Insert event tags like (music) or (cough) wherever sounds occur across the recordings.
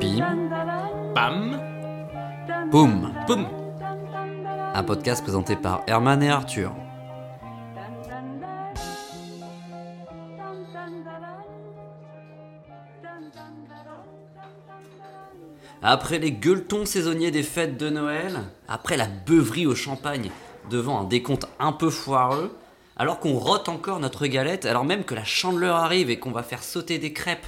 Bim, Pam, Boum, poum. un podcast présenté par Herman et Arthur. Après les gueuletons saisonniers des fêtes de Noël, après la beuverie au champagne devant un décompte un peu foireux, alors qu'on rote encore notre galette, alors même que la chandeleur arrive et qu'on va faire sauter des crêpes,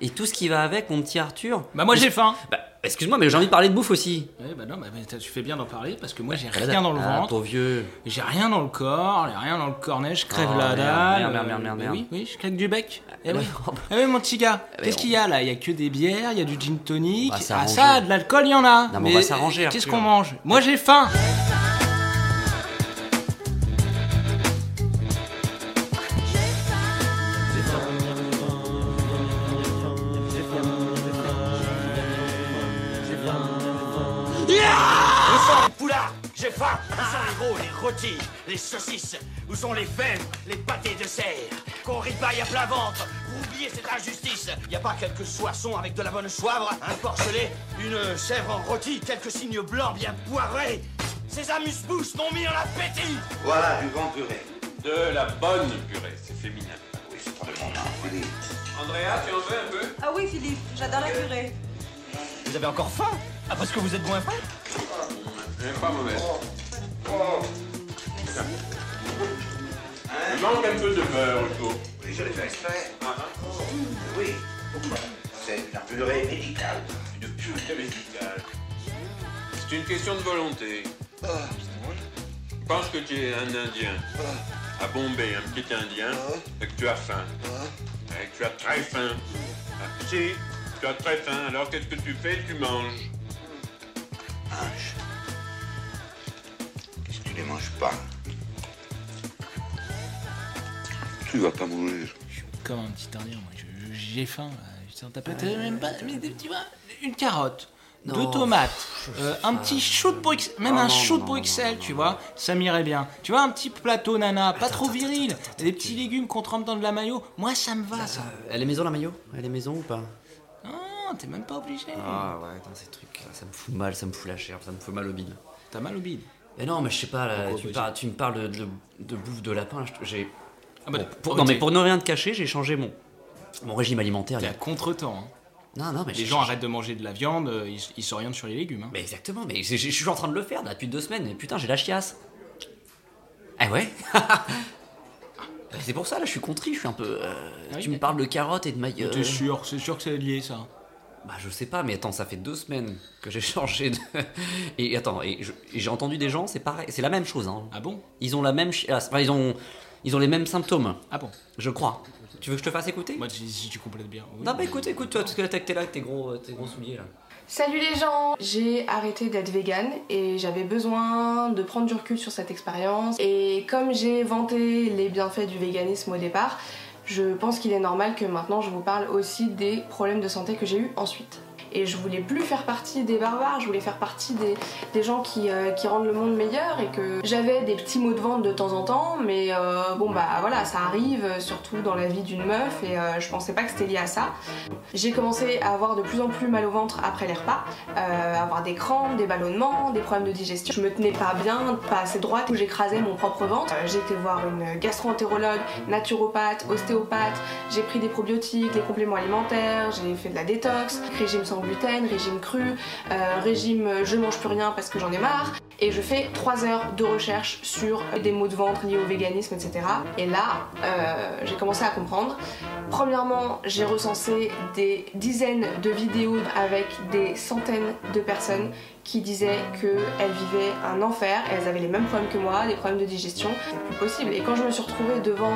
et tout ce qui va avec, mon petit Arthur. Bah moi j'ai faim. Bah, excuse-moi, mais j'ai envie de parler de bouffe aussi. Ouais, bah non, bah, mais t'as- tu fais bien d'en parler parce que moi j'ai rien dans le Ah, ventre, pauvre vieux. j'ai rien dans le corps, j'ai rien dans le cornet, je crève Oh, la merde, dalle. merde, merde, merde, merde, bah merde. Oui, oui, je claque du bec. Eh bah, oui. oh, bah. Eh oui, mon petit gars, bah, qu'est-ce on- qu'il y a là Il y a que des bières, il y a du gin tonic. On va ah s'arranger. ça, de l'alcool, il y en a. Non, mais on va s'arranger, Qu'est-ce Arthur. qu'on mange Moi j'ai faim. Où sont les poulards J'ai faim Où sont les gros, les rôtis, les saucisses Où sont les fèves, les pâtés de serre Qu'on ripaille à plat ventre Vous oubliez cette injustice Y a pas quelques soissons avec de la bonne soivre hein? Un porcelet, une chèvre en rôti Quelques signes blancs bien poivrés Ces amuse-bouches m'ont mis en appétit Voilà une grande purée. De la bonne purée, c'est féminin. Oui, je prends le bon nom. Oui. Andrea, tu en veux un peu Ah oui, Philippe, j'adore la purée. Vous avez encore faim Ah parce que vous êtes moins faim Elle est pas mauvaise. Il manque un peu de beurre, Hugo. Oui, je l'ai fait exprès. Ah. Oui. C'est une purée médicale. Une purée médicale. C'est une question de volonté. Je pense que tu es un Indien. À Bombay, un petit Indien, et que tu as faim. Et que tu as très faim. Ah, Si, tu as très faim, alors qu'est-ce que tu fais Tu manges. Mange. Qu'est-ce que tu ne manges pas Tu vas pas mourir. Comme un petit indien, moi je- je- j'ai faim. là. Putain, T'as peut-être Euh, même pas. mais tu vois, une carotte. Ah, Non. Deux tomates, euh, un petit shoot pour Excel, même Non, un Ah non, shoot non, pour non, Excel, non, tu vois, ça m'irait bien. Tu vois, un petit plateau nana, pas trop viril, des petits légumes qu'on trempe dans de la mayo, moi ça me Ah. va ça. Euh, Elle est maison la maillot Elle est maison ou pas Non, t'es même pas obligé. Ah ouais, attends, ces trucs, là, ça me fout mal, ça me fout la chair, ça me fout mal au bide. T'as mal au bide. Mais non, mais je sais pas, là, Pourquoi tu, pas, parles- tu me parles de, de- de bouffe de lapin, je- j'ai... Ah bah, Bon, pour- ok. Non mais pour ne rien te cacher, j'ai changé mon, mon régime alimentaire. il T'es y à a- contre-temps. hein. Non, non, mais Les j'ai- gens arrêtent de manger de la viande, euh, ils ils s'orientent sur les légumes. hein. Mais exactement, mais j'ai- j'ai- je suis en train de le faire là, depuis deux semaines, mais putain, j'ai la chiasse. Ah ouais (laughs) Bah, C'est pour ça, là, je suis contrit, je suis un peu... euh, Ah oui, tu me mais- parles de carottes et de maillot. T'es sûr, c'est sûr que c'est lié ça. Bah je sais pas, mais attends, ça fait deux semaines que j'ai (laughs) changé de... Et attends, et je- et j'ai entendu des gens, c'est pareil, c'est la même chose, hein. Ah bon Ils ont la même chiasse, enfin ils ont, ils ont les mêmes symptômes, Ah bon je crois. Tu veux que je te fasse écouter Moi si, si tu complètes bien. oui. Non bah écoute, écoute toi, parce que là t'es t'es là avec tes gros, euh, tes gros souliers là. Salut les gens J'ai arrêté d'être végane et j'avais besoin de prendre du recul sur cette expérience. Et comme j'ai vanté les bienfaits du véganisme au départ, je pense qu'il est normal que maintenant je vous parle aussi des problèmes de santé que j'ai eu ensuite. Et je voulais plus faire partie des barbares, je voulais faire partie des, des gens qui, euh, qui rendent le monde meilleur et que j'avais des petits maux de ventre de temps en temps, mais euh, bon bah voilà, ça arrive, euh, surtout dans la vie d'une meuf, et euh, je pensais pas que c'était lié à ça. J'ai commencé à avoir de plus en plus mal au ventre après les repas, euh, avoir des crampes, des ballonnements, des problèmes de digestion. Je me tenais pas bien, pas assez droite, où j'écrasais mon propre ventre. Euh, J'ai été voir une gastro-entérologue, naturopathe, ostéopathe, j'ai pris des probiotiques, des compléments alimentaires, j'ai fait de la détox, régime sans gluten, régime cru, euh, régime euh, je mange plus rien parce que j'en ai marre. Et je fais 3 heures de recherche sur des maux de ventre liés au véganisme, etc. Et là, euh, j'ai commencé à comprendre Premièrement, j'ai recensé des dizaines de vidéos avec des centaines de personnes qui disaient qu'elles vivaient un enfer, elles avaient les mêmes problèmes que moi, des problèmes de digestion, c'est plus possible. Et quand je me suis retrouvée devant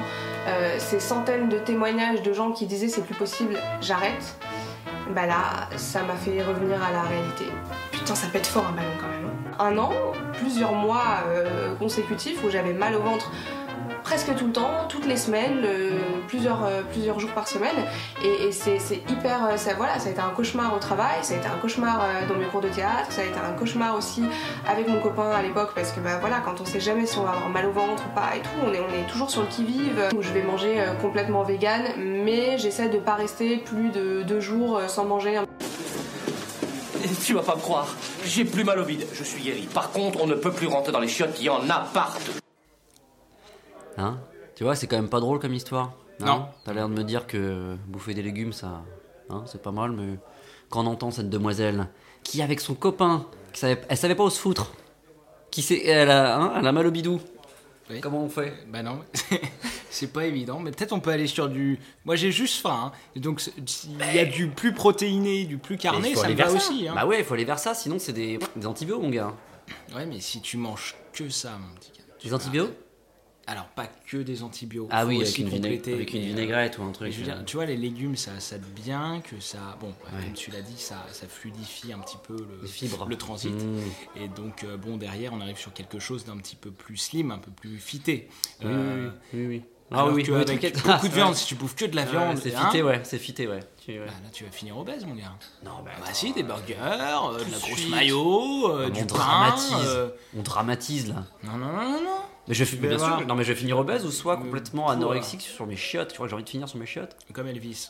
euh, ces centaines de témoignages de gens qui disaient c'est plus possible, j'arrête, bah là, ça m'a fait revenir à la réalité. Putain, ça pète fort un ballon quand même. hein. Un an, plusieurs mois euh, consécutifs où j'avais mal au ventre presque tout le temps, toutes les semaines, euh, plusieurs, euh, plusieurs jours par semaine. Et, et c'est c'est hyper. euh, ça, voilà, ça a été un cauchemar au travail, ça a été un cauchemar euh, dans mes cours de théâtre, ça a été un cauchemar aussi avec mon copain à l'époque parce que bah voilà, quand on sait jamais si on va avoir mal au ventre ou pas et tout, on est, on est toujours sur le qui-vive euh, où je vais manger euh, complètement vegan, mais j'essaie de pas rester plus de deux jours euh, sans manger. (laughs) Tu vas pas me croire. J'ai plus mal au vide. Je suis guéri. Par contre, on ne peut plus rentrer dans les chiottes. Il y en a partout. Hein Tu vois, c'est quand même pas drôle comme histoire. hein Non. T'as l'air de me dire que bouffer des légumes, ça. Hein, c'est pas mal, mais. Quand on entend cette demoiselle, qui avec son copain, qui savait- elle savait pas où se foutre, qui sait, elle, a, hein, elle a mal au bidou. Oui. Comment on fait Bah non, (laughs) c'est pas évident, mais peut-être on peut aller sur du. Moi j'ai juste faim, hein. Et donc c'est- s'il y a du plus protéiné, du plus Mais carné, faut ça aller me va vers aussi. Hein. Bah ouais, faut aller vers ça, sinon c'est des, des antibiotiques, mon gars. Ouais, mais si tu manges que ça, mon petit gars. tu Des vas- antibiotiques Alors pas que des antibiotiques. Ah faut oui, avec aussi une, vinaig- compléter. avec une Et, euh, vinaigrette ou un truc. Je veux euh, dire, tu vois, les légumes, ça, ça devient que ça. Bon, comme tu l'as dit, ça, ça fluidifie un petit peu le, Les fibres. le transit. Mmh. Et donc, euh, bon, derrière, on arrive sur quelque chose d'un petit peu plus slim, un peu plus fité. Oui, Euh, oui, Ah oui, Ah, oui. alors que avec truc- beaucoup de viande, si tu bouffes que de la Ouais, viande, Ah, c'est hein, fité, ouais, c'est fité, ouais. Tu- ouais. bah, là, tu vas finir obèse, mon gars. Non, bah, Ah bah attends. si, des burgers, euh, de la grosse suite. maillot, Ah, mais du on pain. dramatise. euh, On dramatise là. Non, non, non, non, non. Mais je vais, fi- Mais bien voilà. sûr, non, mais je vais finir obèse ou soit Euh, complètement pour- anorexique sur mes chiottes. Tu vois, j'ai envie de finir sur mes chiottes. Comme Elvis.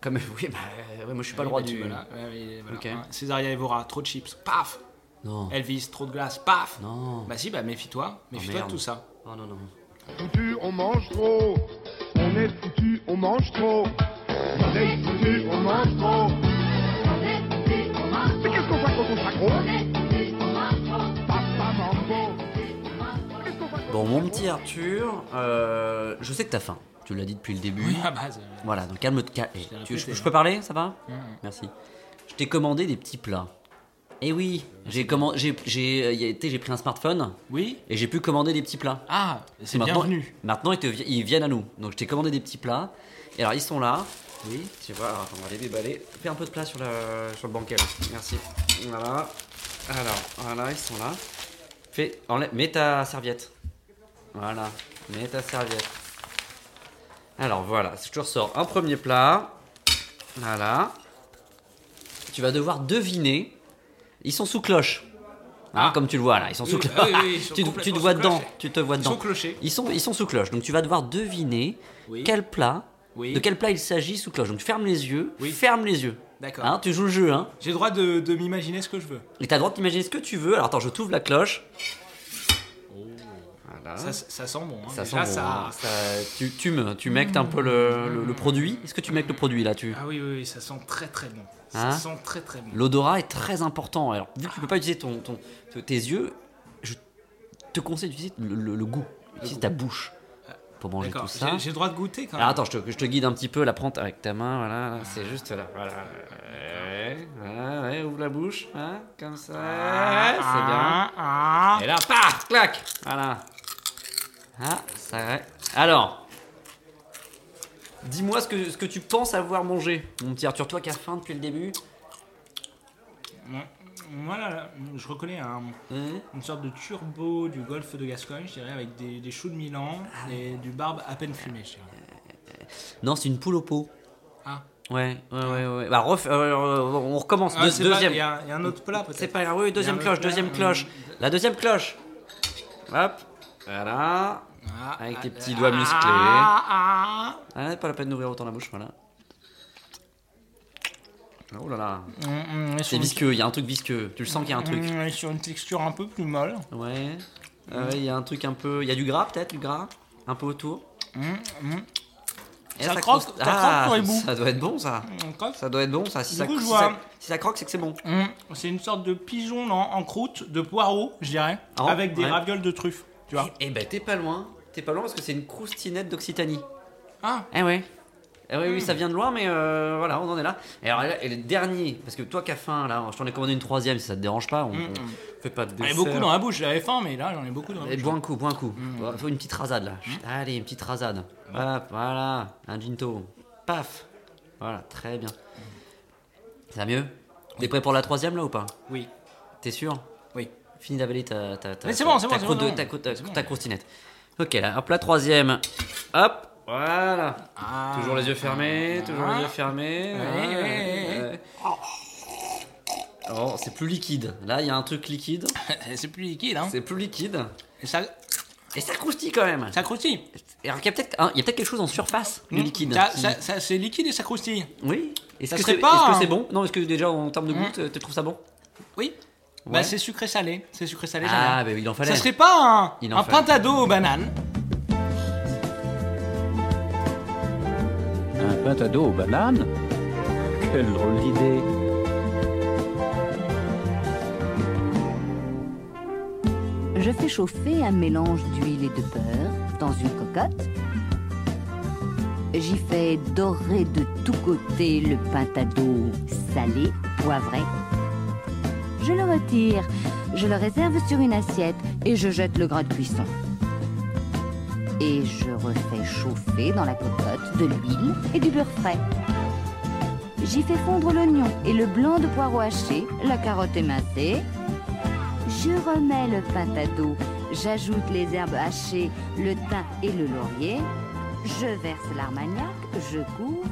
Comme (laughs) oui, bah euh, ouais, moi je suis pas le roi Ouais, du. Voilà. Ouais, ouais, voilà. Ok. Hein, Césaria Evora, trop de chips, paf Non. Elvis, trop de glace, paf Non. Bah si, bah méfie-toi, méfie-toi merde. de tout ça. Oh non non. foutu, on mange trop. On est foutu, on mange trop. On est foutu, on mange trop. Mais qu'est-ce qu'on fait quand on s'accroche Papa Mambo. Qu'est-ce qu'on fait quand Bon, on mon s'accroche petit Arthur, euh, je sais que t'as faim. Tu l'as dit depuis le début. Oui, (laughs) à base. euh, Voilà, donc calme, calme. eh, l'ai tu- je, répété, je hein. peux parler, ça va Mm. Merci. Je t'ai commandé des petits plats. Eh oui, j'ai commen- j'ai j'ai euh, y a- tu sais, j'ai pris un smartphone Oui et j'ai pu commander des petits plats. Ah, c'est maintenant, bienvenu. Maintenant, ils, te vi- ils viennent à nous. Donc, je t'ai commandé des petits plats. Et alors, ils sont là. Oui. Tu vois, alors, attends, on va les déballer. Fais un peu de plat sur, la, sur le banquet, là. Merci. Voilà. Alors, voilà, ils sont là. Fais, enlève, mets ta serviette. Voilà, mets ta serviette. Alors, voilà, je te ressors un premier plat. Voilà. Tu vas devoir deviner. Ils sont sous cloche. Hein, Ah. Comme tu le vois là, ils sont sous Oui, cloche. ah oui, oui, ils sont (laughs) tu, te- tu te complètement vois sous dedans. cloche. Tu te vois Ils dedans. sont clochés. Ils sont, ils sont sous cloche. Donc tu vas devoir deviner Oui. quel plat, Oui. de quel plat il s'agit sous cloche. Donc ferme les yeux, Oui. ferme les yeux. D'accord. Hein, tu joues le jeu, hein. J'ai le droit de, de m'imaginer ce que je veux. Et t'as le droit d'imaginer ce que tu veux. Alors attends, je t'ouvre la cloche. Voilà. Ça, ça sent bon. Hein. Ah. Ça Déjà, sent bon, ça... hein. Ça- tu, tu me, tu mectes un peu le, le- le produit. Est-ce que tu mectes le produit là, tu Ah oui, oui, oui, ça sent très très bon. Hein ça sent très très bon. L'odorat est très important. Alors, vu que tu peux pas utiliser ton, ton- te- tes yeux, je te conseille d'utiliser le, le- le goût. Utilise ta bouche pour manger tout Ah, D'accord, ça. j'ai- j'ai le droit de goûter quand même. Alors, Ah, attends, je te, je te guide un petit peu. La prends avec ta main, voilà. là, C'est juste là. Voilà. Ouais, ouais, ouais, ouvre la bouche, hein, comme ça. C'est Ah, bien. ah. Et là, paf, clac Voilà. Ah, ça va. Alors, dis-moi ce que, ce que tu penses avoir mangé, mon petit Arthur. Toi qui as faim depuis le début. Ouais. Moi, là, là, je reconnais un- Hein une sorte de turbo du golfe de Gascogne, je dirais, avec des, des choux de Milan et du barbe à peine fumée, je dirais. Non, c'est une poule au pot. Ah, Ouais, ouais, ouais. ouais. Bah, ref- euh, on recommence. Ah, Deux- c'est pas- deuxième. Il y, a il y a un autre plat C'est peut-être. pas grave, oui, deuxième Il y a un cloche, autre deuxième plat, cloche. euh, La deuxième cloche. Hop. Voilà. Ah, Avec ah, tes petits ah, doigts musclés. ah, ah. Ah, pas la peine d'ouvrir autant la bouche, voilà. Oh là là. Mm, mm, et C'est sur une- visqueux, il y a un truc visqueux. Tu le sens qu'il y a un truc. mm, et sur une texture un peu plus molle. Ouais. Ah ouais, il y a un truc un peu. Il y a du gras peut-être, du gras Un peu autour. Et Mm, Ça là, croque- crosse- ça croque sur les bouts. Ça doit être bon ça. Mm, comme- Ça doit être bon ça. Si, Du ça, coup, je si vois- ça- si ça croque, c'est que c'est bon. Mm, C'est une sorte de pigeon en, en croûte, de poireau, je dirais, Ah, avec des ouais. ravioles de truffes. Tu vois Eh ben, t'es pas loin. T'es pas loin parce que c'est une croustinette d'Occitanie. Ah, Hmm. Eh ouais. Eh oui, oui, ça vient de loin, mais euh, voilà, on en est là. Et alors, là, et le dernier, parce que toi, qui as faim, là, je t'en ai commandé une troisième, si ça te dérange pas, on, Mm, on fait pas de j'en ai dessert. beaucoup dans la bouche, j'avais faim, mais Mm. là j'en ai beaucoup dans la Allez, bouche. Eh, bois un coup, bois un coup. Oh, Faut- Faut une petite rasade là. Chut, Allez, une petite rasade. Hop, voilà, un ginto. Paf. Voilà, très bien. Ça va mieux T'es prêt pour la troisième là ou pas Oui, T'es sûr oui. Fini d'avaler ta, ta, ta, Mais c'est ta- bon, c'est ta bon, c'est croûte bon, de- non. ta croûte- ta- C'est bon. ta croustinette. Ok, là, hop, la troisième. Hop, voilà. Ah. toujours les yeux fermés, toujours Ah. les yeux fermés. Ouais, Ouais, ouais, ouais. ouais. Oh, c'est plus liquide. Là, il y a un truc (laughs) liquide. (laughs) C'est plus liquide, hein. C'est plus liquide. Et ça, Et ça croustille quand même. ça croustille. Alors qu'il y a peut-être peut quelque chose en surface du liquide. Hmm. Ça, qui- ça- ça- c'est liquide et ça croustille. Oui. Est-ce Ça que serait c'est pas est-ce que un- Hmm. c'est bon Non, est-ce que déjà en termes de goût, tu tu trouves ça bon Oui. Ouais. Bah, c'est sucré salé. C'est sucré salé. Ah, bah, il en fallait. Ça serait pas Il un, en un fallait. pintado aux bananes Un pâte à dos aux bananes Quelle drôle d'idée Je fais chauffer un mélange d'huile et de beurre dans une cocotte. J'y fais dorer de tous côtés le pintado salé, poivré. Je le retire, je le réserve sur une assiette et je jette le gras de cuisson. Et je refais chauffer dans la cocotte de l'huile et du beurre frais. J'y fais fondre l'oignon et le blanc de poireau haché, la carotte émincée, je remets le pintado, j'ajoute les herbes hachées, le thym et le laurier, je verse l'armagnac, je couvre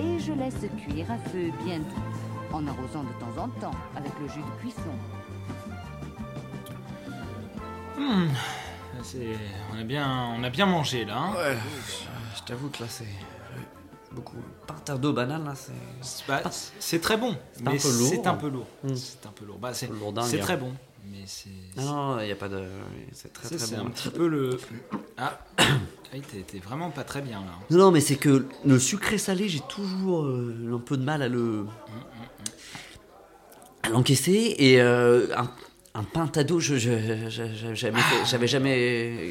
et je laisse cuire à feu bien doux, en arrosant de temps en temps avec le jus de cuisson. Hmm. C'est- On a bien, on a bien mangé là. hein. Je t'avoue que là, c'est beaucoup. Pintado banane, là, c'est. C'est pas- C'est très bon. C'est un mais peu lourd. C'est un peu lourd. Mm. C'est un peu lourd. Bah, c'est Lourdingue, c'est hein. Ah très bon. Mais c'est. Non, non, il n'y a pas de. C'est très c'est- très c'est bon. un petit peu le. Ah, (coughs) Aïe, t'es t'es vraiment pas très bien là. Non, non, mais c'est que le sucré salé, j'ai toujours euh, un peu de mal à le. à l'encaisser. Et euh, un, un pintado, je, je- je- je- jamais fait- j'avais jamais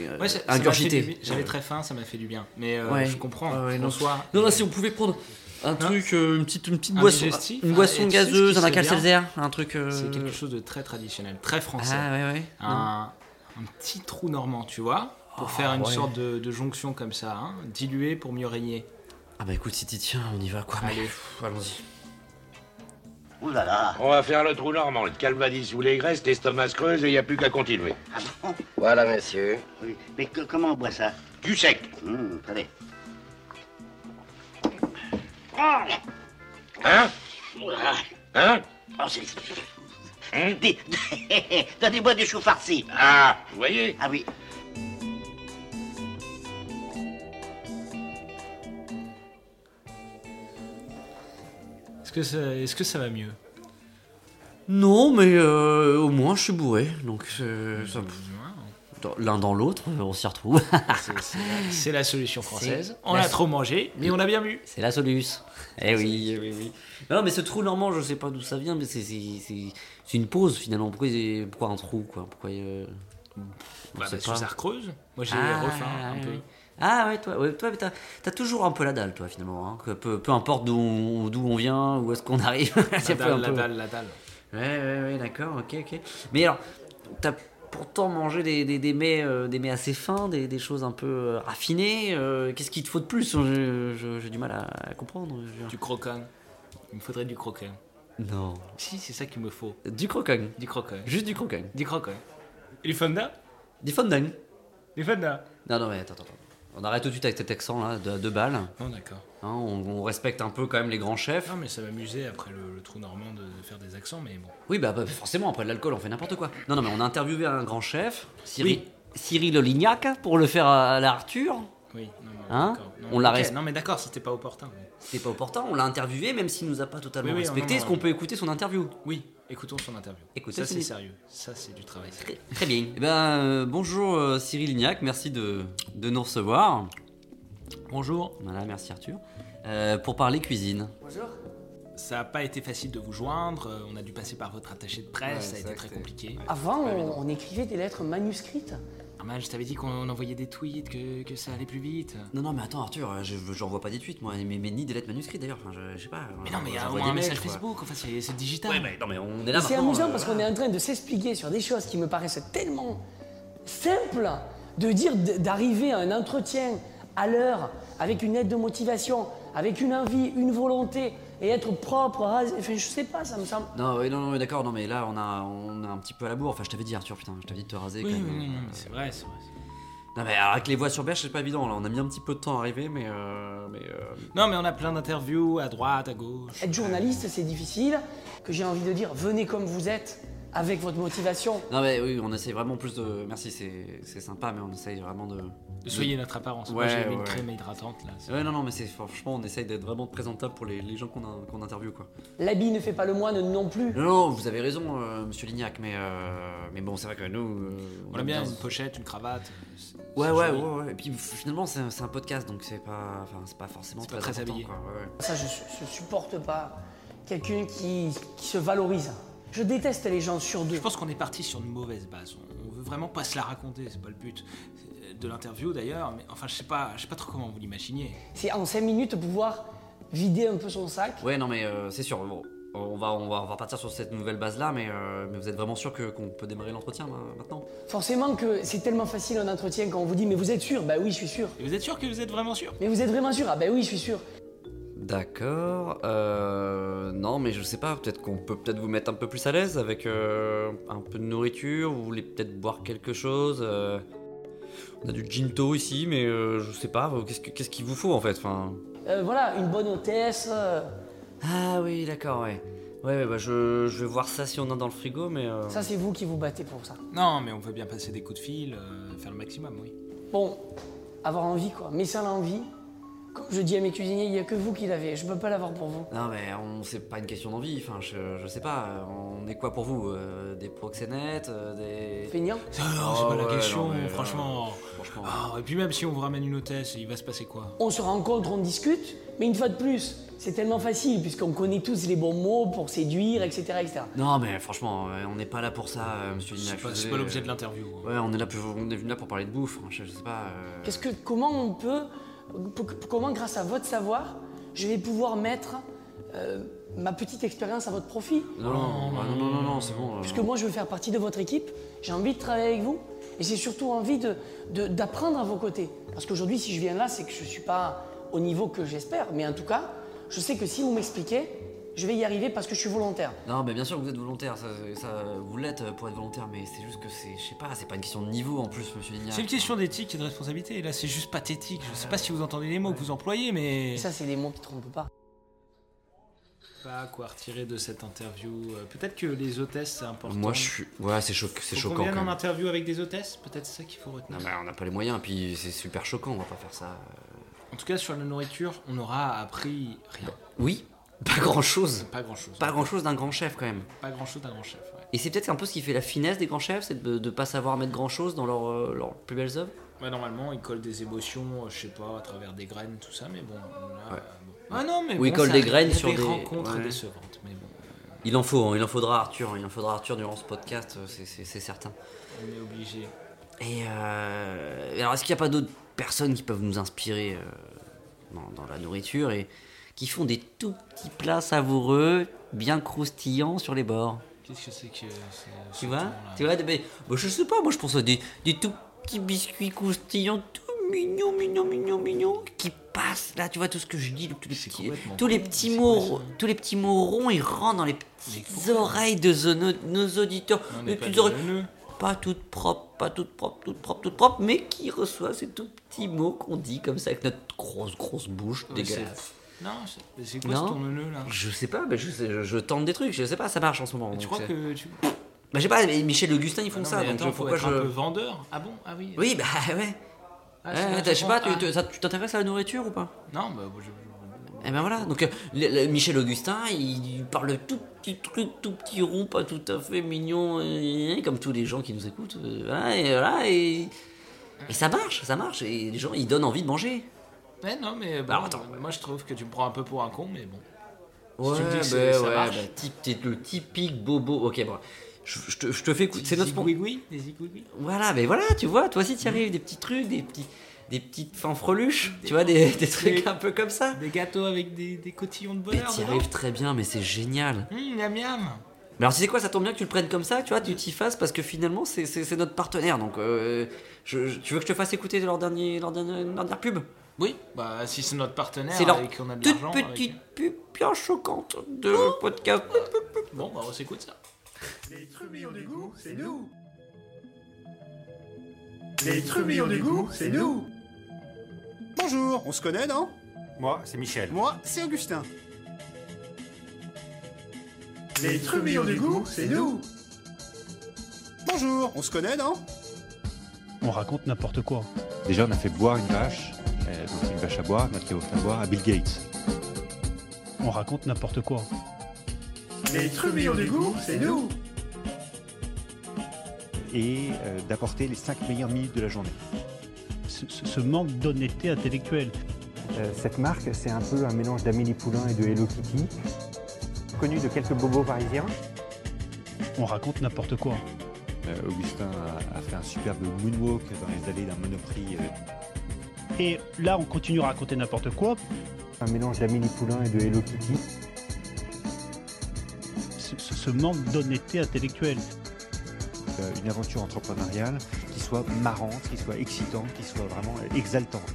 euh, Ah. Ouais, ça- ça m'a fait du ingurgité. bi- J'avais très faim, ça m'a fait du bien. Mais euh, Ouais. je comprends. Ouais, ouais, non. en soi, euh, Non, là, si on pouvait prendre un truc, euh, une petite, une petite Un boisson, digestif, une hein, et boisson tu sais ce qui gazeuse, un serait bien Alka-Seltzer, un truc. euh, c'est quelque chose de très traditionnel, très français. Ah ouais ouais. Non. Ah, un, un petit trou normand, tu vois, pour faire une ouais. sorte de, de jonction comme ça, hein, dilué pour mieux régner. Ah bah écoute, si t'y tiens, on y va quoi. mais- Allez. Pff, Allons-y. Ouh là là On va faire le trou normand, le calvadis ou les graisses, l'estomac creuse et il n'y a plus qu'à continuer. Ah bon Voilà, messieurs. Oui. Mais que- comment on boit ça Du sec. Hum, Attendez. Hein Ouh là là. Hein Oh, c'est... (laughs) Des- (laughs) Donnez-moi du chou farci. Ah, vous voyez Ah oui. Est-ce que, ça- est-ce que ça va mieux Non, mais euh, au moins je suis bourré, donc euh, ça- dans- l'un dans l'autre, euh, on s'y retrouve. (laughs) C'est- c'est la- C'est la solution française. C'est On la- a trop mangé, mais on a bien bu. c'est la soluce. Eh oui, oui, oui. Non, mais ce trou normand, je sais pas d'où ça vient, mais c'est c'est- c'est- c'est une pause finalement. Pourquoi, ils- pourquoi un trou quoi Pourquoi euh, on Bah, sait parce que pas. ça creuse. Moi, j'ai Ah, refaim un ouais, peu. ouais. Ah ouais, toi, ouais, toi mais t'as t'as toujours un peu la dalle, toi, finalement. hein, que peu, peu importe d'où on, d'où on vient, où est-ce qu'on arrive. (laughs) La c'est peu dalle, la un peu- dalle, la dalle. Ouais, ouais, ouais, d'accord, ok, ok. Mais alors, t'as pourtant mangé des, des, des mets, euh, des mets assez fins, des, des choses un peu euh, raffinées. euh, Qu'est-ce qu'il te faut de plus Je- je- J'ai du mal à, à comprendre. je veux dire. Du croquant. Il me faudrait du croquant. Non. Si, c'est ça qu'il me faut. Du croquant. Du croquant. Juste du croquant. Du croquant. Et du fonda Des fondants. Du fonda Non, non, mais attends, attends. attends. On arrête tout de suite avec cet accent là, de, de balles. hein, Non, d'accord. on, on respecte un peu quand même les grands chefs. Non, mais ça m'amusait après le, le trou normand de, de faire des accents, mais bon. Oui, bah, bah, forcément, après de l'alcool, on fait n'importe quoi. Non, non, mais on a interviewé un grand chef, Cyril, Oui. Cyril Olignac, pour le faire à, à la Arthur. Oui, non, mais Hein d'accord. Non, On la ok. reste- Non, mais d'accord, c'était pas opportun. mais- C'était pas opportun, on l'a interviewé, même s'il nous a pas totalement Oui, oui, respecté. non, Est-ce non, qu'on peut écouter son interview Oui, écoutons son interview. Écoutez, ça, c'est c'est dit. sérieux. Ça, c'est du travail. Très, très bien. Eh ben, euh, bonjour euh, Cyril Lignac, merci de, de nous recevoir. Bonjour. Voilà, merci Arthur. Euh, pour parler cuisine. Ça n'a pas été facile de vous joindre. euh, On a dû passer par votre attaché de presse. ça a été très compliqué. Avant, on, on écrivait des lettres manuscrites. Normal, je t'avais dit qu'on envoyait des tweets, que, que ça allait plus vite. Non, non, mais attends Arthur, euh, je j'en vois pas des tweets, moi, mais, mais ni des lettres manuscrites d'ailleurs. Enfin, je, je sais pas. Euh, Mais non, mais il y a au j'envoie moins des un mails, message quoi. Facebook. Enfin, c'est c'est digital. Ouais, bah, mais non, mais on est là C'est maintenant, amusant euh, parce qu'on est en train de s'expliquer sur des choses qui me paraissent tellement simples de dire d- d'arriver à un entretien à l'heure avec une aide de motivation, avec une envie, une volonté et être propre, rasé. Enfin, je sais pas, ça me semble. Non, oui, non, non, oui, d'accord, non, mais là, on a, on a un petit peu à la bourre. Enfin, je t'avais dit, Arthur, putain, je t'avais dit de te raser Oui, quand oui, même. oui, non, mais c'est vrai, c'est vrai. c'est vrai. Non, mais alors, avec les voix sur berge, c'est pas évident, là. On a mis un petit peu de temps à arriver, mais. euh, mais euh, Non, mais on a plein d'interviews à droite, à gauche. Être journaliste, c'est difficile. Que j'ai envie de dire, venez comme vous êtes, avec votre motivation. Non mais oui, on essaye vraiment plus de. Merci, c'est c'est sympa, mais on essaye vraiment de. De soigner notre apparence. Moi, j'ai mis une crème hydratante, là. Ouais, non, non, mais c'est franchement, on essaye d'être vraiment présentable pour les, les gens qu'on a- qu'on interviewe quoi. L'habit ne fait pas le moine non plus. Non, non, vous avez raison, euh, Monsieur Lignac, mais euh, mais bon, c'est vrai que nous. euh, On aime bien une pochette, une cravate. euh, c'est- Ouais, c'est ouais, joli. ouais, ouais. Et puis f- finalement, c'est un, c'est un podcast, donc c'est pas, enfin, c'est pas forcément C'est pas très, très important, habillé. quoi, ouais, ouais. Ça, je, je supporte pas quelqu'un qui, qui se valorise. Je déteste les gens sur deux. Je pense qu'on est parti sur une mauvaise base. On, on veut vraiment pas se la raconter, c'est pas le but euh, de l'interview d'ailleurs. Mais enfin, je sais pas, je sais pas trop comment vous l'imaginiez. C'est en 5 minutes pouvoir vider un peu son sac. Ouais, non, mais euh, c'est sûr. Bon, on va, on va, on va partir sur cette nouvelle base là, mais, euh, mais vous êtes vraiment sûr que qu'on peut démarrer l'entretien là, maintenant Forcément que c'est tellement facile un entretien quand on vous dit mais vous êtes sûr Bah oui, je suis sûr. Et vous êtes sûr que vous êtes vraiment sûr Mais vous êtes vraiment sûr Ah bah oui, je suis sûr. D'accord. Euh, non, mais je sais pas. Peut-être qu'on peut peut-être vous mettre un peu plus à l'aise avec euh, un peu de nourriture. Vous voulez peut-être boire quelque chose. euh. On a du ginto ici, mais euh, je sais pas. Qu'est-ce que- qu'est-ce qu'il vous faut en fait Enfin. Euh, voilà, une bonne hôtesse. euh, Ah oui, d'accord, ouais. Ouais, ouais, bah je, je vais voir ça si on en a dans le frigo, mais. euh, Ça, c'est vous qui vous battez pour ça. Non, mais on veut bien passer des coups de fil, euh, faire le maximum, oui. Bon, avoir envie quoi. Mais sans l'envie, comme je dis à mes cuisiniers, il n'y a que vous qui l'avez. Je peux pas l'avoir pour vous. Non, mais on, c'est pas une question d'envie, enfin, je, je sais pas. euh, On est quoi pour vous euh, Des proxénètes euh, Des. Feignants Ça, non, c'est Oh, pas la ouais, question, non, mais, euh, franchement. franchement. euh, Ah, et puis même si on vous ramène une hôtesse, il va se passer quoi On se rencontre, on discute, mais une fois de plus, c'est tellement facile puisqu'on connaît tous les bons mots pour séduire, etc. etc. Non, mais franchement, euh, on n'est pas là pour ça, euh, monsieur C'est Lignac. je pas- suis c'est désolé. pas l'objet de l'interview, hein. Ouais, on est, là pour, on est venu là pour parler de bouffe, hein, je, je sais pas. euh, Qu'est-ce que, comment on peut, p- p- comment grâce à votre savoir, je vais pouvoir mettre euh, ma petite expérience à votre profit Non, non, bah, non, non, non, non, c'est bon. euh, Puisque moi, je veux faire partie de votre équipe, j'ai envie de travailler avec vous, et j'ai surtout envie de- de- d'apprendre à vos côtés. Parce qu'aujourd'hui, si je viens là, c'est que je ne suis pas au niveau que j'espère, mais en tout cas, je sais que si vous m'expliquez, je vais y arriver parce que je suis volontaire. Non, mais bien sûr que vous êtes volontaire, ça, ça, vous l'êtes euh, pour être volontaire, mais c'est juste que c'est, je sais pas, c'est pas une question de niveau en plus, monsieur Lignac. C'est une question d'éthique et de responsabilité. Là, c'est juste pathétique. Je sais pas si vous entendez les mots que vous employez, mais. Et ça, c'est des mots qui ne trompent pas. pas quoi retirer de cette interview. Euh, Peut-être que les hôtesses, c'est important. Moi, je suis. Ouais, c'est, choc- c'est Faut choquant qu'on quand vienne en même. interview avec des hôtesses, peut-être c'est ça qu'il faut retenir. Non, mais on n'a pas les moyens, puis c'est super choquant, on va pas faire ça. En tout cas, sur la nourriture, on aura appris rien. Oui, pas grand chose. Pas grand chose. Pas grand chose d'un grand chef quand même. Pas grand chose d'un grand chef. Ouais. Et c'est peut-être un peu ce qui fait la finesse des grands chefs, c'est de, de pas savoir mettre grand chose dans leurs euh, leurs plus belles œuvres. Ouais, normalement, ils collent des émotions, euh, je sais pas, à travers des graines, tout ça, mais bon. là, euh, bon. Ah non, mais Ou ils bon, collent ça des arrive. graines Il y a sur des des- rencontres ouais. décevantes, mais bon, Il en faut, hein, il en faudra Arthur, il en faudra Arthur durant ce podcast, euh, c'est- c'est c'est certain. on est obligé. Et euh, alors, est-ce qu'il n'y a pas d'autres personnes qui peuvent nous inspirer euh, dans, dans la nourriture et qui font des tout petits plats savoureux, bien croustillants sur les bords Qu'est-ce que c'est que c'est Tu vois Tu vois mais- bah, Je sais pas, moi je pense à des, des tout petits biscuits croustillants, tout mignons, mignons, mignons, mignons, qui passent là, tu vois tout ce que je dis, tous les petits, complètement tous les con, petits c'est mots, quoi ça ro- tous les petits mots ronds, ils rentrent dans les petites pourquoi oreilles de zo- nos, nos auditeurs, On les n'est pas petites des oreilles, neuneux. pas toutes propres, pas toutes propres, toutes propres, toutes propres, mais qui reçoivent ces tout petits mots qu'on dit comme ça avec notre grosse, grosse bouche Ouais, dégueulasse. c'est- Non, c'est- mais c'est quoi ce ton neuneu, là Je sais pas, mais je, sais- je, je tente des trucs, je sais pas, ça marche en ce moment. Tu donc crois c'est- que tu. Bah, je sais pas, mais Michel Augustin ils Ah font non, ça, Ah mais donc attends, je- faut pourquoi être je. un peu vendeur. Ah bon Ah oui. Oui, bah (laughs) ouais. Ah, Ouais, c'est ouais, vrai, t'as- je sais pas, comprends. tu- tu Ah. ça- tu t'intéresses à la nourriture ou pas Non, bah, je- Eh ben voilà, donc euh, le- le Michel Augustin, il parle de tout petit truc, tout petit rond, pas tout à fait mignon, euh, comme tous les gens qui nous écoutent. euh, voilà, et voilà, et. Et ça marche, ça marche, et les gens, ils donnent envie de manger. Ouais, non, mais bon, Alors, Bah, attends. moi je trouve que tu me prends un peu pour un con, mais bon. Ouais, si tu me dis que bah, c'est- ça ouais, marche. bah, typ- t'es le typique bobo. Ok, bon, je, je te, je te fais écouter. C'est notre spon- oui, des zigouigouis. Voilà, mais voilà, tu vois, toi aussi t'y arrives, des petits trucs, des petits. Des petites fanfreluches, tu vois, Mmh. des, des trucs un peu comme ça. Des gâteaux avec des, des cotillons de Mais bonheur. t'y dedans. arrives très bien, mais c'est génial. Hum, miam miam. Mais alors, tu sais quoi, ça tombe bien que tu le prennes comme ça, tu vois, tu t'y fasses parce que finalement, c'est- c'est c'est notre partenaire. Donc, euh, je- je- tu veux que je te fasse écouter leur, dernier, leur, dernier- leur dernière pub Oui, bah si c'est notre partenaire C'est leur et qu'on a de toute l'argent. avec- petite pub bien choquante de podcast. Bon, bah on s'écoute ça. Les trublions du goût, c'est nous. Les trublions du goût, c'est nous. Bonjour, on se connaît, non Moi, c'est Michel. Moi, c'est Augustin. Les trublions du goût, c'est nous. Bonjour, on se connaît, non On raconte n'importe quoi. Déjà, on a fait boire une vache, euh, donc une vache à boire, notre qui a offert à boire à Bill Gates. On raconte n'importe quoi. Les trublions du goût, c'est nous Et euh, d'apporter les 5 meilleures minutes de la journée. Ce, ce- ce manque d'honnêteté intellectuelle. Euh, cette marque, c'est un peu un mélange d'Amélie Poulain et de Hello Kitty, connue de quelques bobos parisiens. On raconte n'importe quoi. Euh, Augustin a, a fait un superbe moonwalk dans les allées d'un monoprix. euh, Et là, on continue à raconter n'importe quoi. un mélange d'Amélie Poulain et de Hello Kitty. Ce, ce- ce manque d'honnêteté intellectuelle. Euh, une aventure entrepreneuriale qui soit marrante, qui soit excitante, qui soit vraiment euh, exaltante.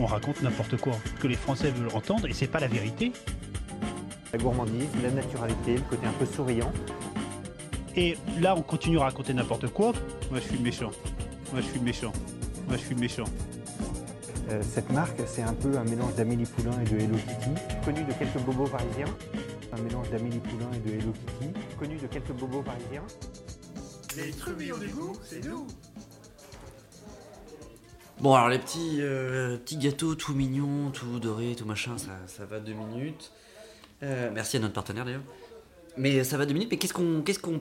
On raconte n'importe quoi. Que les Français veulent entendre et c'est pas la vérité. La gourmandise, la naturalité, le côté un peu souriant. Et là, on continue à raconter n'importe quoi. Moi, je suis le méchant. Moi, je suis le méchant. Moi, je suis le méchant. Euh, cette marque, c'est un peu un mélange d'Amélie Poulain et de Hello Kitty, connue de quelques bobos parisiens. Un mélange d'Amélie Poulain et de Hello Kitty, connue de quelques bobos parisiens. Les trublions du goût, c'est nous Bon, alors les petits, euh, petits gâteaux tout mignons, tout dorés, tout machin, ça, ça va deux minutes. Euh, merci à notre partenaire d'ailleurs. Mais ça va deux minutes, mais qu'est-ce qu'on qu'est-ce qu'on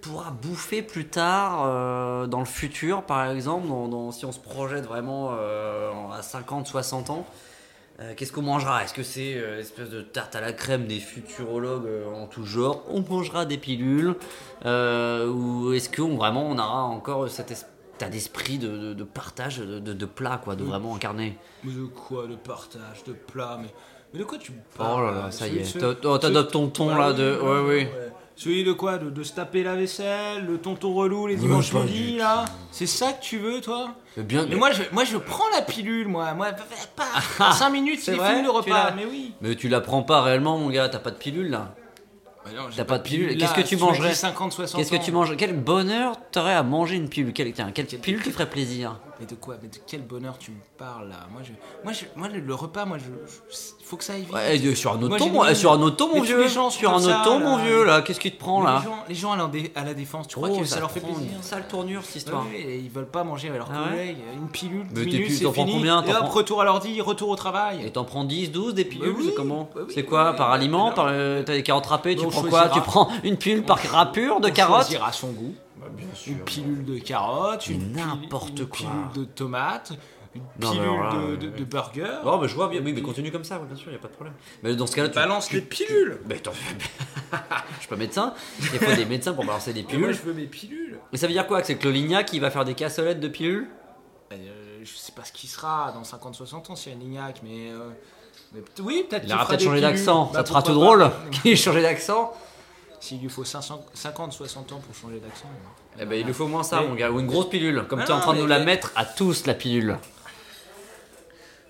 pourra bouffer plus tard, euh, dans le futur par exemple, dans- dans- si on se projette vraiment euh, à 50, 60 ans euh, Qu'est-ce qu'on mangera Est-ce que c'est euh, une espèce de tarte à la crème des futurologues euh, en tout genre On mangera des pilules euh, Ou est-ce qu'on vraiment on aura encore cet es- état d'esprit de, de- de partage de, de, de plat, quoi, de Oui. vraiment incarner Mais de quoi De partage, de plat, mais, mais de quoi tu Oh parles là là, ça y Celui- est. celui- T'as- oh, t'adoptes ton ton, Ouais, là, oui, de- Ah oui, ouais, oui, oui. ouais. Celui de quoi de, de se taper la vaisselle, le tonton relou, les Ouais, dimanches pas midi, là C'est ça que tu veux, toi Mais bien- Mais moi je, moi, je prends la pilule, moi. Moi, bah, pas 5 minutes, (laughs) C'est il est vrai fini le Tu repas. l'as Mais oui. Mais tu la prends pas réellement, mon gars, t'as pas de pilule là Bah non, j'ai T'as pas pas de de pilule. pilule, Qu'est-ce là, que si tu tu m'as mangerais dit 50, 60 Qu'est-ce que tu ans. manges Quel bonheur t'aurais à manger une pilule Quelle, tiens, quelle pilule te ferait plaisir Mais de quoi Mais de quel bonheur tu me parles là Moi, je, moi, je, moi le, le repas, moi, je, je- faut que ça aille vite. Ouais, euh, sur un autre Moi, ton, j'ai mon- des- euh, sur un autre ton, mon Mais tous vieux. les gens sont Sur un comme autre ça, ton, mon là. vieux, là. Qu'est-ce qui te prend, Mais là Les gens, les gens à, la dé- à la défense, tu crois Oh, que ça ça, leur fait prend une plaisir Bah sale tournure cette Ouais, histoire. ouais, ils veulent pas manger avec leurs Ah ouais collègues. Une pilule, Mais 10 t'es- minutes, tu t'en c'est prends fini. combien T'en et hop, prends- retour à l'ordi, retour au travail. Et t'en prends 10, 12 des pilules Bah oui, C'est comment bah oui, C'est quoi Par aliment par, euh, T'as des carottes râpées Tu Bah, on prends quoi Tu choisira. prends une pilule par râpure de on carottes choisira son goût. Une pilule de carottes, une n'importe quoi. pilule de tomates, une Non, mais pilule alors là, de, ouais, de- ouais. de burger. Oh, mais je vois bien. Oui, mais continue comme ça, ouais, bien sûr, y a pas de problème. Mais dans ce cas-là, tu. Balance tu- les pilules Mais attends, (laughs) je suis pas médecin. Il faut des médecins pour balancer des Mais moi, pilules. je veux mes pilules. Mais ça veut dire quoi Que c'est que le Lignac qui va faire des cassolettes de pilules Euh, je sais pas ce qu'il sera dans 50-60 ans si y a un Lignac, mais. euh, mais peut- oui, peut-être Il qu'il aura fera peut-être des changé pilules. d'accent. Bah, ça te fera tout pourquoi drôle pas. (laughs) qu'il ait changé d'accent. S'il lui faut 50-60 ans pour changer d'accent. Eh ben, il lui faut au moins ça, Mais- mon gars, ou une grosse pilule. Comme Ah tu es en non, train de mais- nous la mettre à tous, la pilule.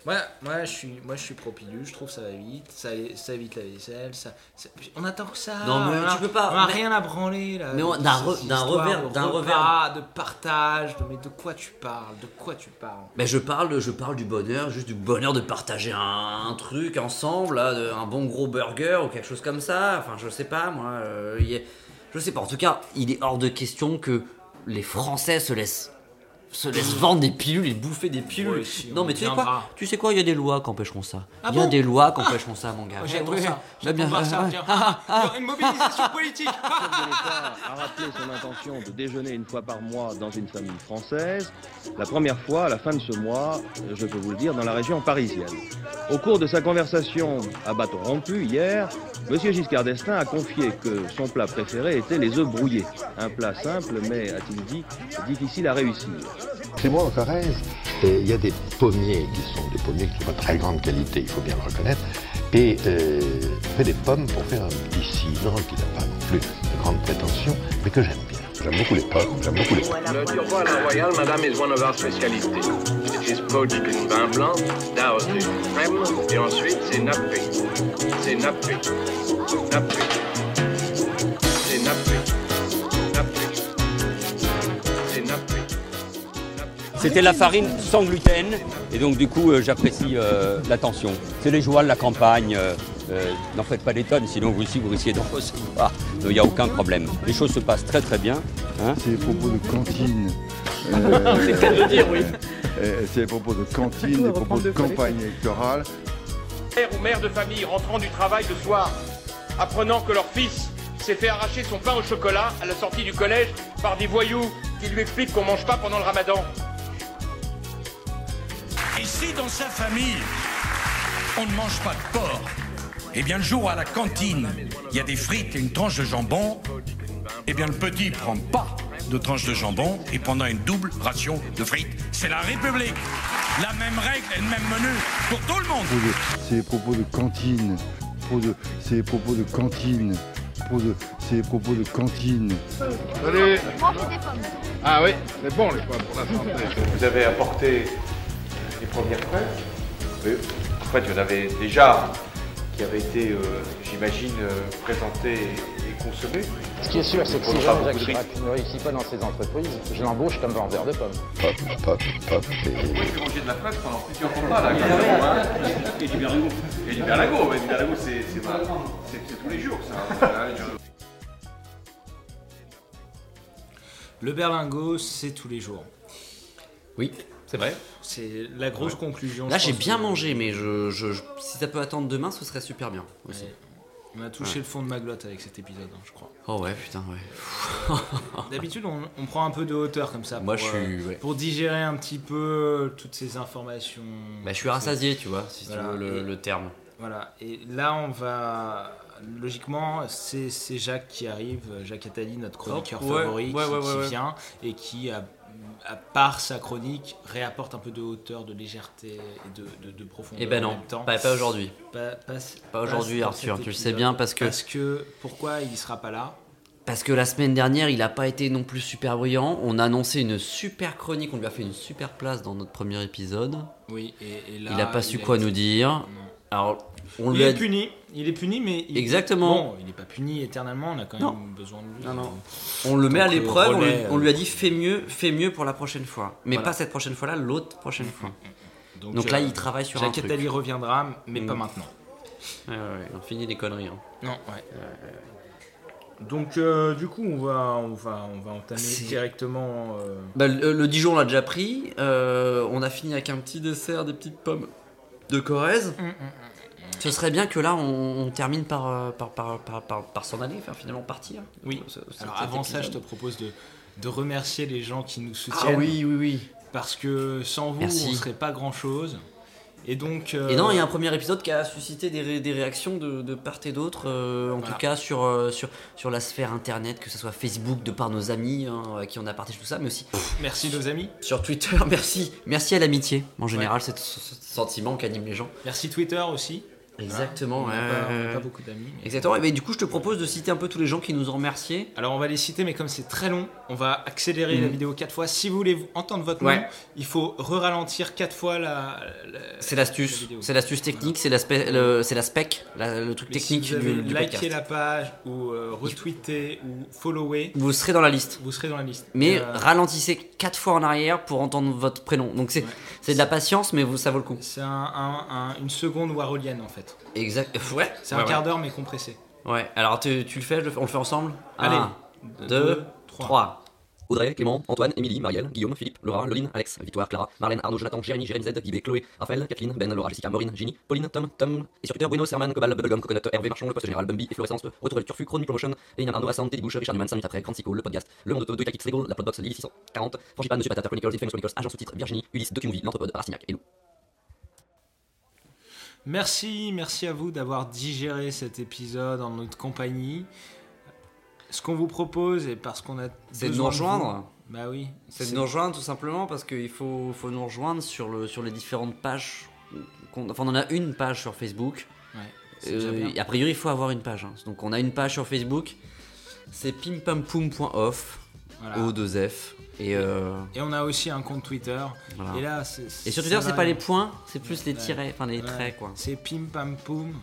Moi, moi, je suis, moi, je suis pro pilule. Je trouve ça va vite, ça, ça évite la vaisselle. Ça, ça- on attend que ça. Non, mais on a- tu peux pas. On a Mais- rien à branler là. Mais on- de d'un ces re- d'un histoires revers- de d'un repas, revers. de partage. de- mais de quoi tu parles De quoi tu parles Mais Ben, je parle, je parle du bonheur, juste du bonheur de partager un, un truc ensemble, là, de- un bon gros burger ou quelque chose comme ça. Enfin, je sais pas, moi. euh, il y a- je sais pas. En tout cas, il est hors de question que les Français se laissent se laissent vendre des pilules et bouffer des pilules. Ouais, si, on non, mais tu sais quoi viendra. Tu sais quoi Il y a des lois qui empêcheront ça. Ah Il y a bon des lois qui empêcheront ça, mon gars. Ah, J'attends Ouais, ouais, ça. ouais, bien- J'attends ça. ouais, tiens. ouais. Il y aura une (laughs) mobilisation politique. a rappelé son intention de déjeuner une fois par mois dans une famille française, la première fois à la fin de ce mois, euh, je peux vous le dire, dans la région parisienne. Au cours de sa conversation à bâton rompu hier, Monsieur Giscard d'Estaing a confié que son plat préféré était les œufs brouillés. Un plat simple, mais, a-t-il dit, difficile à réussir. Chez moi, en Corrèze, euh, il y a des pommiers qui sont des pommiers qui sont de très grande qualité, il faut bien le reconnaître. Et euh, on fait des pommes pour faire un petit cidre qui n'a pas non plus de grande prétention, mais que j'aime bien. J'aime beaucoup les pommes, j'aime beaucoup les pommes. Le turbo à la royale, madame, is one of our spécialités. It's poached in vin blanc, doused in crème, et ensuite c'est nappé. C'est nappé. Nappé. C'est nappé. Nappé. C'est nappé. C'était la farine sans gluten et donc du coup euh, j'apprécie euh, la tension. C'est les joies de la campagne, euh, Euh, N'en faites pas des tonnes, sinon vous aussi vous risquez d'en recevoir. Donc, Il n'y a aucun problème. Les choses se passent très très bien. hein. C'est les propos de (laughs) cantine. C'est le cas de le dire, oui. euh, c'est les propos de cantine, les propos de campagne électorale. Père ou mère de famille rentrant du travail le soir, apprenant que leur fils s'est fait arracher son pain au chocolat à la sortie du collège par des voyous qui lui expliquent qu'on mange pas pendant le ramadan. Et si dans sa famille, on ne mange pas de porc, eh bien le jour où à la cantine, il y a des frites et une tranche de jambon, eh bien le petit prend pas de tranche de jambon et prendra une double ration de frites. C'est la République. La même règle et le même menu pour tout le monde. propos de- C'est les propos de cantine. propos de- C'est les propos de cantine. propos de- C'est les propos de cantine. Salut Ah oui, c'est bon les pommes pour la santé. Vous avez apporté les premières preuves En fait, il y en avait déjà qui avaient été, euh, j'imagine, euh, présentées et consommées. Ce qui est sûr, c'est que On si n'aura Jean-Jacques beaucoup de Chirac ne réussit pas dans ses entreprises, je l'embauche comme vendeur de pommes. Pop, pop, pop, et- manger de la fraise pendant plusieurs repas, là, quand même, hein. Et du berlingot. Et du berlingot, ouais, du berlingot, c'est c'est pas- c'est- c'est tous les jours, ça. hein, je- Le berlingot, c'est tous les jours. Oui, c'est vrai. C'est la grosse Ouais. conclusion. Là, je j'ai pense, bien de- mangé, mais je, je- je- si ça peut attendre demain, ce serait super bien. aussi. Ouais. On a touché Ouais. le fond de ma glotte avec cet épisode, hein, je crois. Oh ouais, putain, ouais. D'habitude, on, on prend un peu de hauteur comme ça. Moi, pour, euh, je suis- ouais. pour digérer un petit peu euh, toutes ces informations. Bah, je suis rassasié, tu vois, si tu Voilà. veux le, Et- le terme. Voilà, et là on va. Logiquement, c'est c'est Jacques qui arrive, Jacques Attali, notre chroniqueur Oh, ouais, favori, ouais, qui, ouais, qui ouais, ouais. vient et qui, à, à part sa chronique, réapporte un peu de hauteur, de légèreté et de, de- de profondeur. Eh ben Euh, en non, même temps. pas- pas aujourd'hui. Pas, pas- Pas aujourd'hui, dans Arthur, cet tu le sais épisode. bien, parce que- Parce que pourquoi il sera pas là Parce que la semaine dernière, il n'a pas été non plus super brillant. On a annoncé une super chronique, on lui a fait une super place dans notre premier épisode. Oui, et, et là. il n'a pas su a quoi été- nous dire. Alors, on il lui a est puni, il est puni, mais. il- Exactement. Bon, il n'est pas puni éternellement, on a quand même Non. besoin de lui. Non, non. On le met à Donc, euh, l'épreuve, on, lui- relais, on lui a dit fais mieux, fais mieux pour la prochaine fois. Mais Voilà. pas cette prochaine fois-là, l'autre prochaine (laughs) fois. Donc, euh, là, il travaille sur un Jacques truc. Attali reviendra, mais pas Mm. maintenant. Ouais, ouais, ouais, on finit les conneries. hein. Non, ouais. Donc euh, du coup, on va, on va, on va entamer directement. euh, Bah, le, le Dijon, on l'a déjà pris. Euh, on a fini avec un petit dessert, des petites pommes de Corrèze. Mm, Ce serait bien que là, on, on termine par, euh, par, par, par, par, par s'en aller, enfin, finalement partir. Oui. Ce- ce- Alors cet avant ça, je épisode. Ah te propose de, de remercier les gens qui nous soutiennent. oui, oui. Parce que sans vous, Merci. on serait pas grand chose. Et donc. euh, Et non, il y a un premier épisode qui a suscité des, ré- des réactions de, de part et d'autre, euh, en Voilà. tout cas sur, euh, sur, sur la sphère internet, que ce soit Facebook, de par nos amis hein, à qui on a partagé tout ça, mais aussi Merci nos amis. sur Twitter, (laughs) merci. Merci à l'amitié, en général, c'est ce ce sentiment qu'anime les gens. Ah, Merci Twitter aussi. Exactement, Voilà. On a ouais, pas- on a ouais, pas ouais. beaucoup d'amis, mais- Exactement, et ben, du coup, je te propose de citer un peu tous les gens qui nous ont remerciés. Alors on va les citer, mais comme c'est très long, on va accélérer Mhm. la vidéo 4 fois. Si vous voulez vous- entendre votre nom, Ouais. il faut re-ralentir 4 fois la. la- C'est la l'astuce, vidéo. c'est l'astuce technique, c'est l'aspect- le- c'est la spec, la- le truc Mais technique si vous avez du, du liké podcast. la page ou euh, retweeté ou followé, Vous serez dans la liste. Vous serez dans la liste. Mais Euh, ralentissez quatre fois en arrière pour entendre votre prénom. Donc c'est c'est de la patience, mais vous, ça vaut le coup. C'est un- un- un- une seconde warolienne en fait. Exact. Ouais. C'est Ouais, un ouais. quart d'heure mais compressé. Ouais. Alors tu, tu le fais, je le fais- on le fait ensemble. Allez. Un, Deux, deux, trois. trois. Audrey, Clément, Antoine, Émilie, Marielle, Guillaume, Philippe, Laura, Loline, Alex, Victoire, Clara, Marlène, Arnaud, Jonathan, Jérémy, Jérémy Z, Ibé, Chloé, Raphaël, Kathleen, Ben, Laura, Jessica, Maureen, Ginny, Pauline, Tom, Tom, et surtuteur Bruno, Serman, Cobal, Bubblegum, Coconut, Hervé, Marchand, le poste général, Bumby, Efflorescence, Retour le Turfu, Chrony Promotion, Elina Arnaud, Assante, Teddy Bouche, Richard Newman, 5 minutes après, Grand Cycle, le podcast, Le Monde Auto, 2 Kakix, Rigol, la Plotbox, Lily 640, Frangipane, Monsieur Patata, Chronicles, Infamous Chronicles, Agent sous-titre, Virginie, Ulysse, Documovie, L'Anthropode, Arsignac, Hello. Merci, merci à vous d'avoir digéré cet épisode en notre compagnie. Ce qu'on vous propose et parce qu'on a C'est de besoin nous rejoindre. vous- Bah oui. C'est de nous rejoindre tout simplement parce qu'il faut, faut nous rejoindre sur, le, sur les différentes pages. qu'on- Enfin, on en a une page sur Facebook. Ouais, c'est déjà Euh, bien. a priori, il faut avoir une page. hein. Donc, on a une page sur Facebook. C'est pimpoum.off. Voilà. O2F. Et, euh, Et on a aussi un compte Twitter. Voilà. Et là, c'est- Et sur ça Twitter, c'est va, pas là. les points, c'est plus les Ouais. tirets, enfin les Ouais. traits quoi. C'est pim pam poum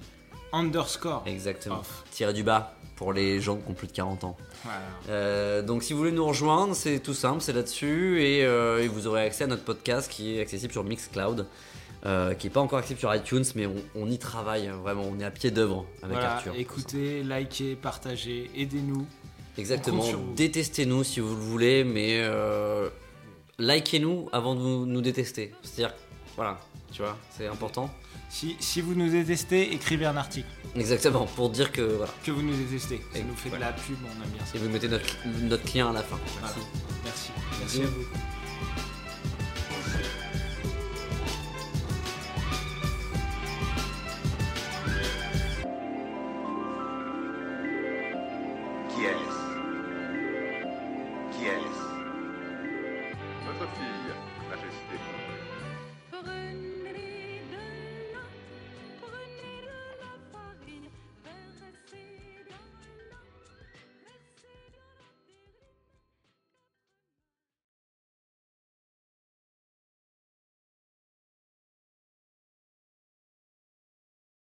underscore. Exactement. Tiré du bas pour les gens qui ont plus de 40 ans. Voilà. Euh, donc si vous voulez nous rejoindre, c'est tout simple, c'est là-dessus et, euh, et vous aurez accès à notre podcast qui est accessible sur Mixcloud. euh, qui n'est pas encore accessible sur iTunes, mais on, on y travaille euh, vraiment, on est à pied d'œuvre hein, avec Voilà, Arthur. écoutez, likez, partagez, aidez-nous. On Exactement, compte sur vous. détestez-nous si vous le voulez, mais euh, likez-nous avant de nous, nous détester. C'est-à-dire, voilà, tu vois, c'est important. Si, si vous nous détestez, écrivez un article. Exactement, pour dire que voilà. Que vous nous détestez. Ça Et nous fait voilà. de la pub, on aime bien ça. Et vous mettez notre, notre lien à la fin. Voilà. Merci. Merci. Merci à vous. Qui est-ce Qui est-ce Votre fille.